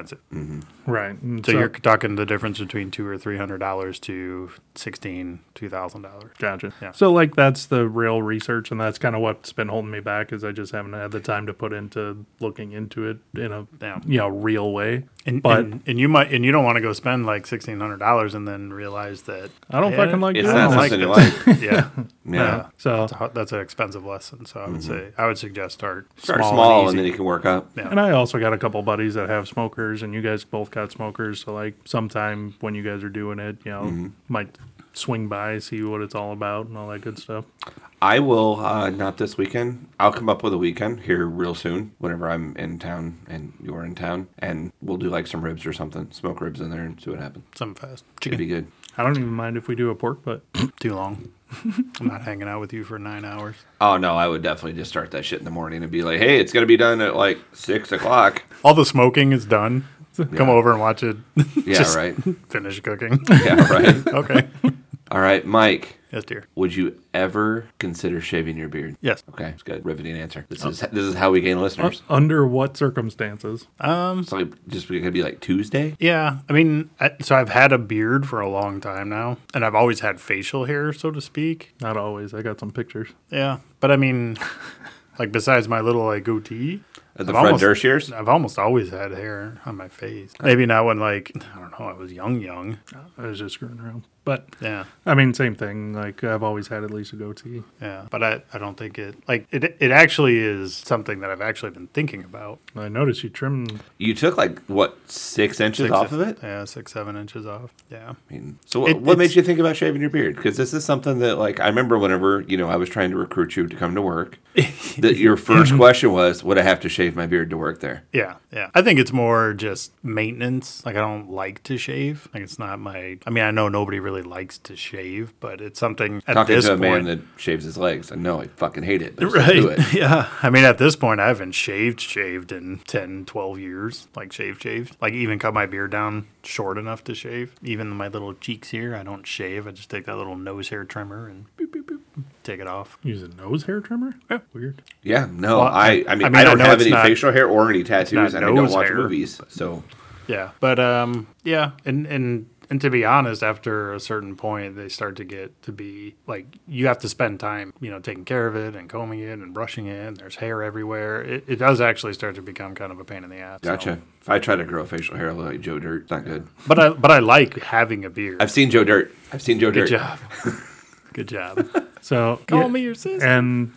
A: right. And
C: So, you're talking the difference between two or three hundred dollars to sixteen, two thousand dollars.
A: Gotcha.
C: Yeah.
A: So like that's the real research, and that's kind of what's been holding me back is I just haven't had the time to put into looking into it in a
C: Yeah.
A: you know real way.
C: And,
A: but
C: and, and you might and you don't want to go spend like sixteen hundred dollars and then realize that
A: I don't fucking like
B: It's
A: doing
B: not
A: it.
B: something you like.
C: this. yeah.
B: Yeah. Mm-hmm.
C: Yeah.
A: So
C: That's a- That's an expensive lesson. So I would say I would suggest start,
B: Start small, and, then
C: easy.
B: you can work up.
C: Yeah.
A: and I also got a couple buddies that have smokers, and you guys both got smokers. So like sometime when you guys are doing it, you know, might swing by see what it's all about and all that good stuff.
B: I will, uh, not this weekend. I'll come up with a weekend here real soon, whenever I'm in town and you're in town. And we'll do like some ribs or something. Smoke ribs in there and see what happens.
C: something fast.
B: It'd
C: Chicken
B: be good.
A: I don't even mind if we do a pork butt.
C: too long. I'm not hanging out with you for nine hours.
B: Oh, no. I would definitely just start that shit in the morning and be like, hey, it's going to be done at like six o'clock.
C: All the smoking is done. Come
B: Yeah.
C: over and watch it.
B: Yeah,
C: Just
B: right.
C: Finish cooking.
B: Yeah, right.
C: okay.
B: All right, Mike.
C: yes, dear.
B: Would you ever consider shaving your beard?
C: Yes.
B: Okay, it's good. Riveting answer. This
C: Oh.
B: is this is how we gain listeners.
A: Under what circumstances?
C: Oh, mm.
B: It's like just gonna be like Tuesday.
C: Yeah, I mean, I, so I've had a beard for a long time now, and I've always had facial hair, so to speak.
A: Not always. I got some pictures.
C: Yeah, but I mean, like besides my little like goatee,
B: At Uh, the
C: I've
B: Fred
C: almost-
B: Durst years?
C: I've almost always had hair on my face. Maybe not when like I don't know, I was young, young.
A: I was just screwing around, but
C: Yeah,
A: I mean, same thing. Like I've always had at least a goatee.
C: yeah, but I, I don't think it like it it actually is something that I've actually been thinking about.
A: I noticed you trimmed.
B: You took like what six inches off of it.
C: Yeah, six seven inches off. Yeah.
B: I mean, so what,
C: It-
B: what made
C: it's-
B: you think about shaving your beard? Because this is something that like I remember whenever you know I was trying to recruit you to come to work, that your
C: Mm-hmm.
B: first question was, would I have to shave my beard to work there?
C: Yeah, yeah. I think it's more just maintenance. Like I don't like to shave. Like it's not my. I mean, I know nobody really likes to shave, but it's something at
B: Talking
C: this
B: to a man
C: point.
B: that shaves his legs, I know I fucking hate it. But right? Do
C: Right.
B: it.
C: Yeah. I mean, at this point, I haven't shaved, shaved in 10, 12 years. Like, shaved, shaved. Like, even cut my beard down short enough to shave. Even my little cheeks here, I don't shave. I just take that little nose hair trimmer and boop, boop, boop, take it off.
A: Use a nose hair trimmer.
C: Yeah.
A: Weird.
B: Yeah, no,
C: Well,
B: I, I mean, I,
C: I mean, I
B: don't
C: know
B: have
C: it's
B: any
C: not-
B: facial hair or any tattoos,
C: not
B: and I don't
C: nose
B: watch
C: hair.
B: movies, so
C: Yeah, but um, yeah, and and and to be honest, after a certain point, they start to get to be like you have to spend time, you know, taking care of it and combing it and brushing it. And there's hair everywhere. It, it does actually start to become kind of a pain in the ass. so-
B: gotcha. If I try to grow facial hair, I look like Joe Dirt. It's not good.
C: But I but I like having a beard.
B: I've seen Joe Dirt. I've seen Joe
C: Good
B: Dirt.
C: job. Good job.
A: So
C: Call
A: yeah,
C: me your sister.
A: And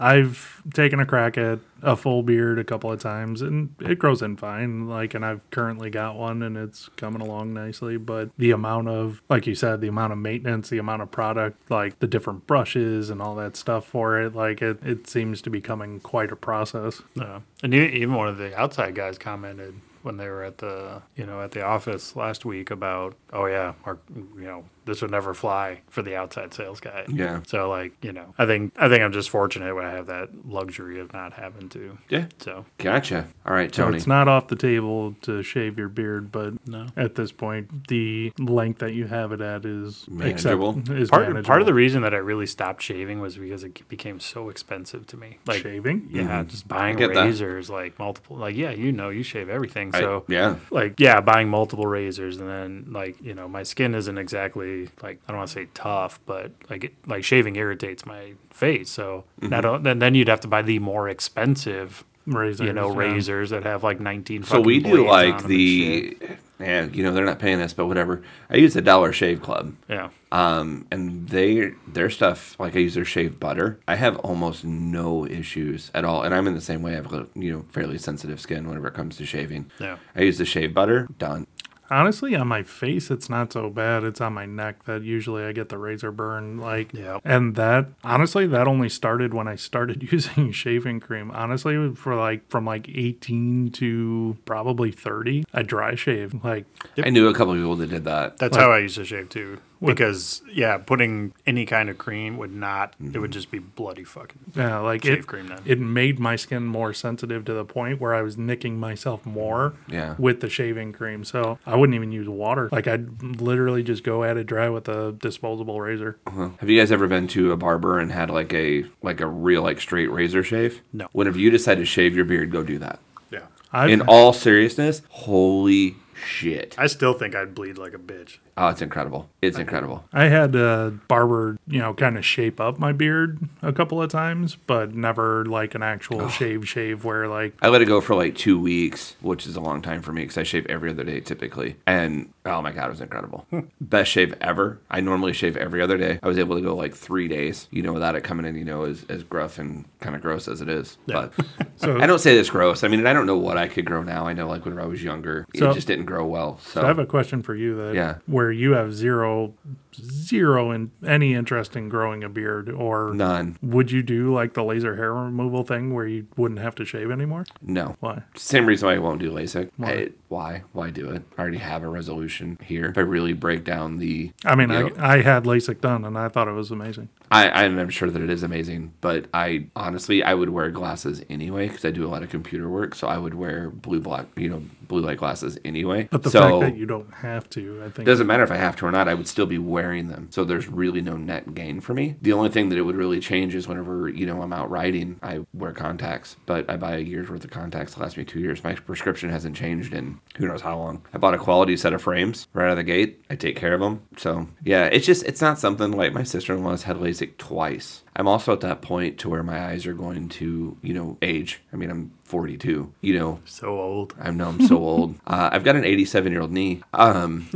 A: I've taken a crack at a full beard a couple of times, and it grows in fine. Like, and I've currently got one, and it's coming along nicely. But the amount of, like you said, the amount of maintenance, the amount of product, like the different brushes and all that stuff for it, like it, it seems to be coming quite a process.
C: No. And e- even one of the outside guys commented when they were at the you know at the office last week about oh yeah our you know this would never fly for the outside sales guy.
B: Yeah.
C: So like, you know, I think I think I'm just fortunate when I have that luxury of not having to.
B: Yeah.
C: So
B: Gotcha. All right,
A: So
B: Tony.
A: it's not off the table to shave your beard, but
C: No.
A: at this point, the length that you have it at is
B: Manageable.
A: Accept- is
C: part
A: manageable.
C: part of the reason that I really stopped shaving was because it became so expensive to me. Like
A: shaving.
C: yeah, just buying
B: get that.
C: razors like multiple like yeah, you know, you shave everything.
B: I-
C: So
B: yeah.
C: like yeah buying multiple razors and then like you know my skin isn't exactly like i don't want to say tough but like it, like shaving irritates my face so
B: Mm-hmm.
C: not o- then then you'd have to buy the more expensive
A: Razors,
C: you know
A: yeah.
C: razors that have like 19
B: So we
C: fucking
B: do
C: blades on 'em
B: like
C: and shit.
B: the, yeah, you know, they're not paying us, but whatever. I use the Dollar Shave Club.
C: yeah
B: Um, and they their stuff like I use their shaved butter. I have almost no issues at all, and I'm in the same way. I have a, you know fairly sensitive skin whenever it comes to shaving.
C: Yeah.
B: I use the shave butter. Done.
A: Honestly, on my face, it's not so bad. It's on my neck that usually I get the razor burn. Like,
C: Yeah.
A: and that honestly, that only started when I started using shaving cream. Honestly, for like from like 18 to probably 30, I dry shave. Like,
B: I knew a couple of people that did that.
C: that's how i used to shave too because yeah putting any kind of cream would not it
B: Mm-hmm.
C: would just be bloody fucking
A: yeah, uh, like
C: Shave
A: it,
C: cream then.
A: it made my skin more sensitive to the point where I was nicking myself more
B: Yeah.
A: with the shaving cream. So I wouldn't even use water. Like, I'd literally just go at it dry with a disposable razor.
B: Well, Uh-huh. have you guys ever been to a barber and had like a like a real like straight razor shave?
C: No.
B: Whenever you decide to shave your beard, go do that.
C: yeah
A: I've,
B: in all seriousness, holy shit!
C: i still think i'd bleed like a bitch
B: Oh, it's incredible. It's incredible.
A: I had a barber, you know, kind of shape up my beard a couple of times, but never like an actual
B: Oh.
A: shave shave where like
B: I let it go for like two weeks, which is a long time for me because I shave every other day typically. And oh my God, it was incredible.
A: Hmm.
B: Best shave ever. I normally shave every other day. I was able to go like three days, you know, without it coming in, you know, as, as gruff and kind of gross as it is. But
A: So-
B: I don't say this gross. I mean, I don't know what I could grow now. I know like when I was younger,
A: So-
B: it just didn't grow well. So,
A: I have a question for you that
B: Oh. Yeah.
A: where you have zero zero in any interest in growing a beard or
B: none.
A: would you do like the laser hair removal thing where you wouldn't have to shave anymore?
B: No.
A: Why?
B: Same reason why I won't do LASIK. Why? why? Why do it? I already have a resolution here. If I really break down the
A: I mean,
B: Yeah.
A: I, I had LASIK done and I thought it was amazing.
B: I, I'm sure that it is amazing, but I honestly I would wear glasses anyway because I do a lot of computer work, so I would wear blue black, you know, blue light glasses anyway.
A: But the
B: so
A: fact that you don't have to, I think
B: it doesn't matter if I have to or not, I would still be wearing them. So there's really no net gain for me. The only thing that it would really change is whenever you know I'm out riding, I wear contacts, but I buy a year's worth of contacts. Last me two years. My prescription hasn't changed in who knows how long. I bought a quality set of frames right out of the gate. I take care of them. So yeah, it's just it's not something like my sister-in-law's had LASIK twice. I'm also at that point to where my eyes are going to you know age. I mean I'm 42. You know
C: so old
B: I know I'm so old. Uh, I've got an 87 year old knee. Um.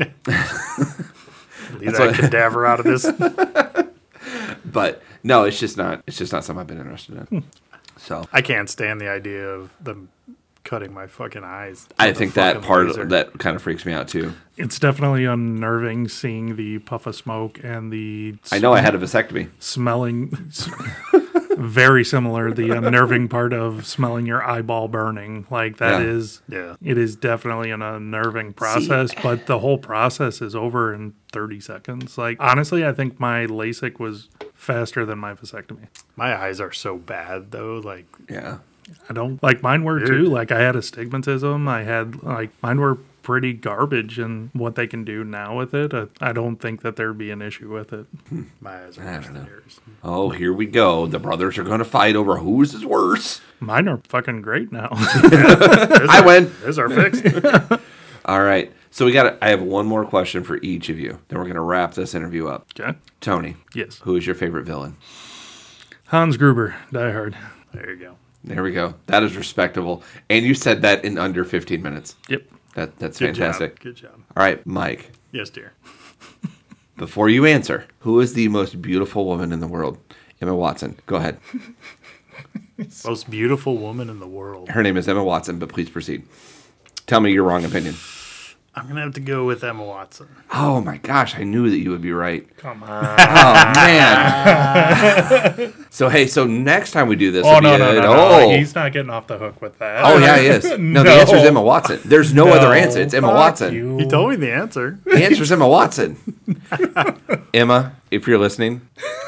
C: leave that cadaver out of this
B: but no, it's just not. It's just not something I've been interested
C: Hmm.
B: in. So
C: I can't stand the idea of them cutting my fucking eyes.
B: I
C: with a
B: think that
C: fucking
B: part
C: laser.
B: that kind of freaks me out too.
A: it's definitely unnerving seeing the puff of smoke and the
B: I know I had a vasectomy.
A: smelling s- very similar the unnerving part of smelling your eyeball burning like that
B: Yeah.
A: is
C: Yeah.
A: it is definitely an unnerving process but the whole process is over in 30 seconds like honestly i think my lasik was faster than my vasectomy
C: my eyes are so bad though. Like
B: Yeah,
A: i don't like mine were too like i had astigmatism i had like mine were pretty garbage and what they can do now with it i, I don't think that there'd be an issue with it
C: my eyes are
B: don't
C: worse than
B: know.
C: yours.
B: Oh, here we go. The brothers are going to fight over whose is worse.
A: mine are fucking great now
B: I win.
C: There's our fix.
B: All right. So we got. I have one more question for each of you. Then we're going to wrap this interview up.
A: okay
B: Tony,
A: yes
B: who is your favorite villain?
A: hans gruber die hard
C: there you go.
B: There we go. That is respectable. And you said that in under 15 minutes.
A: Yep.
B: That that's
C: Good
B: fantastic.
C: job. Good job.
B: All right, Mike.
C: Yes, dear.
B: Before you answer, who is the most beautiful woman in the world? Emma Watson. Go ahead.
C: Most beautiful woman in the world.
B: Her name is Emma Watson, but please proceed. Tell me your wrong opinion.
C: I'm gonna have to go with Emma Watson.
B: Oh my gosh, I knew that you would be right.
A: Come on.
B: Oh man. so hey, so next time we do this,
A: Oh
B: it'll
A: no,
B: be
A: no,
B: a-
A: no,
B: oh.
A: no. He's not getting off the hook with that.
B: Oh yeah, he is. No, the answer is
A: No.
B: Emma Watson. There's no, other answer. It's Emma
A: fuck
B: Watson.
A: you.
C: He told me the answer.
B: The answer is Emma Watson. Emma, if you're listening,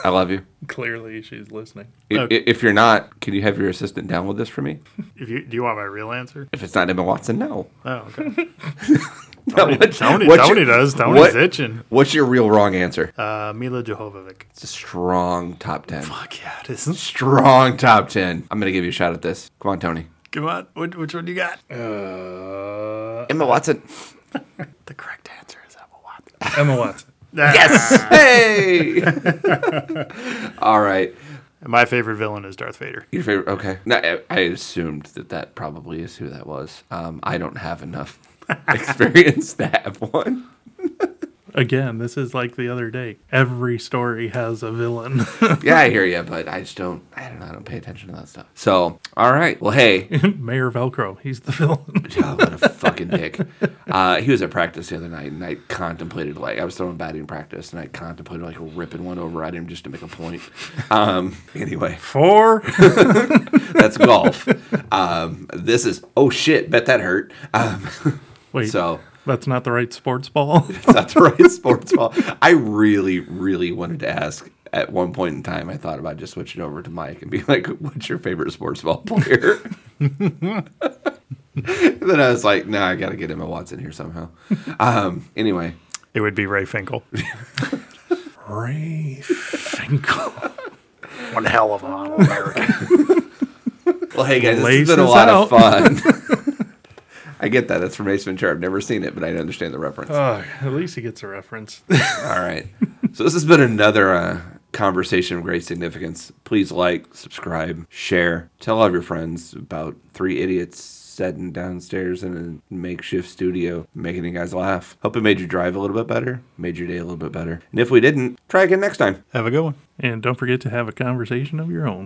B: I love you.
A: Clearly, she's listening.
B: I-
C: Okay.
B: i- If you're not, can you have your assistant download this for me?
C: If you do, you want my real answer?
B: If it's not Emma Watson, no.
C: Oh, okay.
B: No, what-
C: Tony,
B: what's
C: Tony
B: your-
C: does. Tony's
B: what-
C: itching.
B: What's your real wrong answer?
C: Uh, Mila Jovovich.
B: It's a strong top ten.
C: Fuck yeah, it is.
B: Strong top ten. I'm gonna give you a shot at this. Come on, Tony.
C: Come on, which, which one you got?
A: Uh,
B: Emma Watson.
C: The correct answer is Emma Watson.
A: Emma Watson.
B: Yes. hey. All right.
C: My favorite villain is Darth Vader.
B: Your favorite? Okay. No, I, I assumed that that probably is who that was. Um, I don't have enough experience to have one.
A: Again, this is like the other day. Every story has a villain.
B: Yeah, I hear you, but I just don't. I don't know. I don't pay attention to that stuff. So, all right. Well, hey,
A: Mayor Velcro, he's the villain.
B: Oh, what a fucking dick. Uh, he was at practice the other night, and I contemplated like I was throwing batting practice, and I contemplated like ripping one over at him just to make a point. Um, anyway,
A: Four.
B: that's golf. Um, this is oh shit, bet that hurt. Um,
A: Wait,
B: so
A: that's not the right sports ball.
B: that's the right sports ball. I really, really wanted to ask. At one point in time, I thought about just switching over to Mike and being like, "What's your favorite sports ball player?" then I was like, "No, I got to get Emma Watson here somehow." Um, anyway,
C: It would be Ray Finkel.
A: Ray Finkel.
C: one hell of an American.
B: Well, hey guys, this has
A: Lace
B: been a
A: is
B: lot of fun. I get that. That's from Ace Ventura. I've never seen it, but I understand the reference.
A: Oh, at least he gets a reference.
B: All right. So this has been another uh, conversation of great significance. Please like, subscribe, share, tell all of your friends about three idiots sitting downstairs in a makeshift studio, making you guys laugh. Hope it made your drive a little bit better, made your day a little bit better. And if we didn't, try again next time.
C: Have a good one.
A: and don't forget to have a conversation of your own.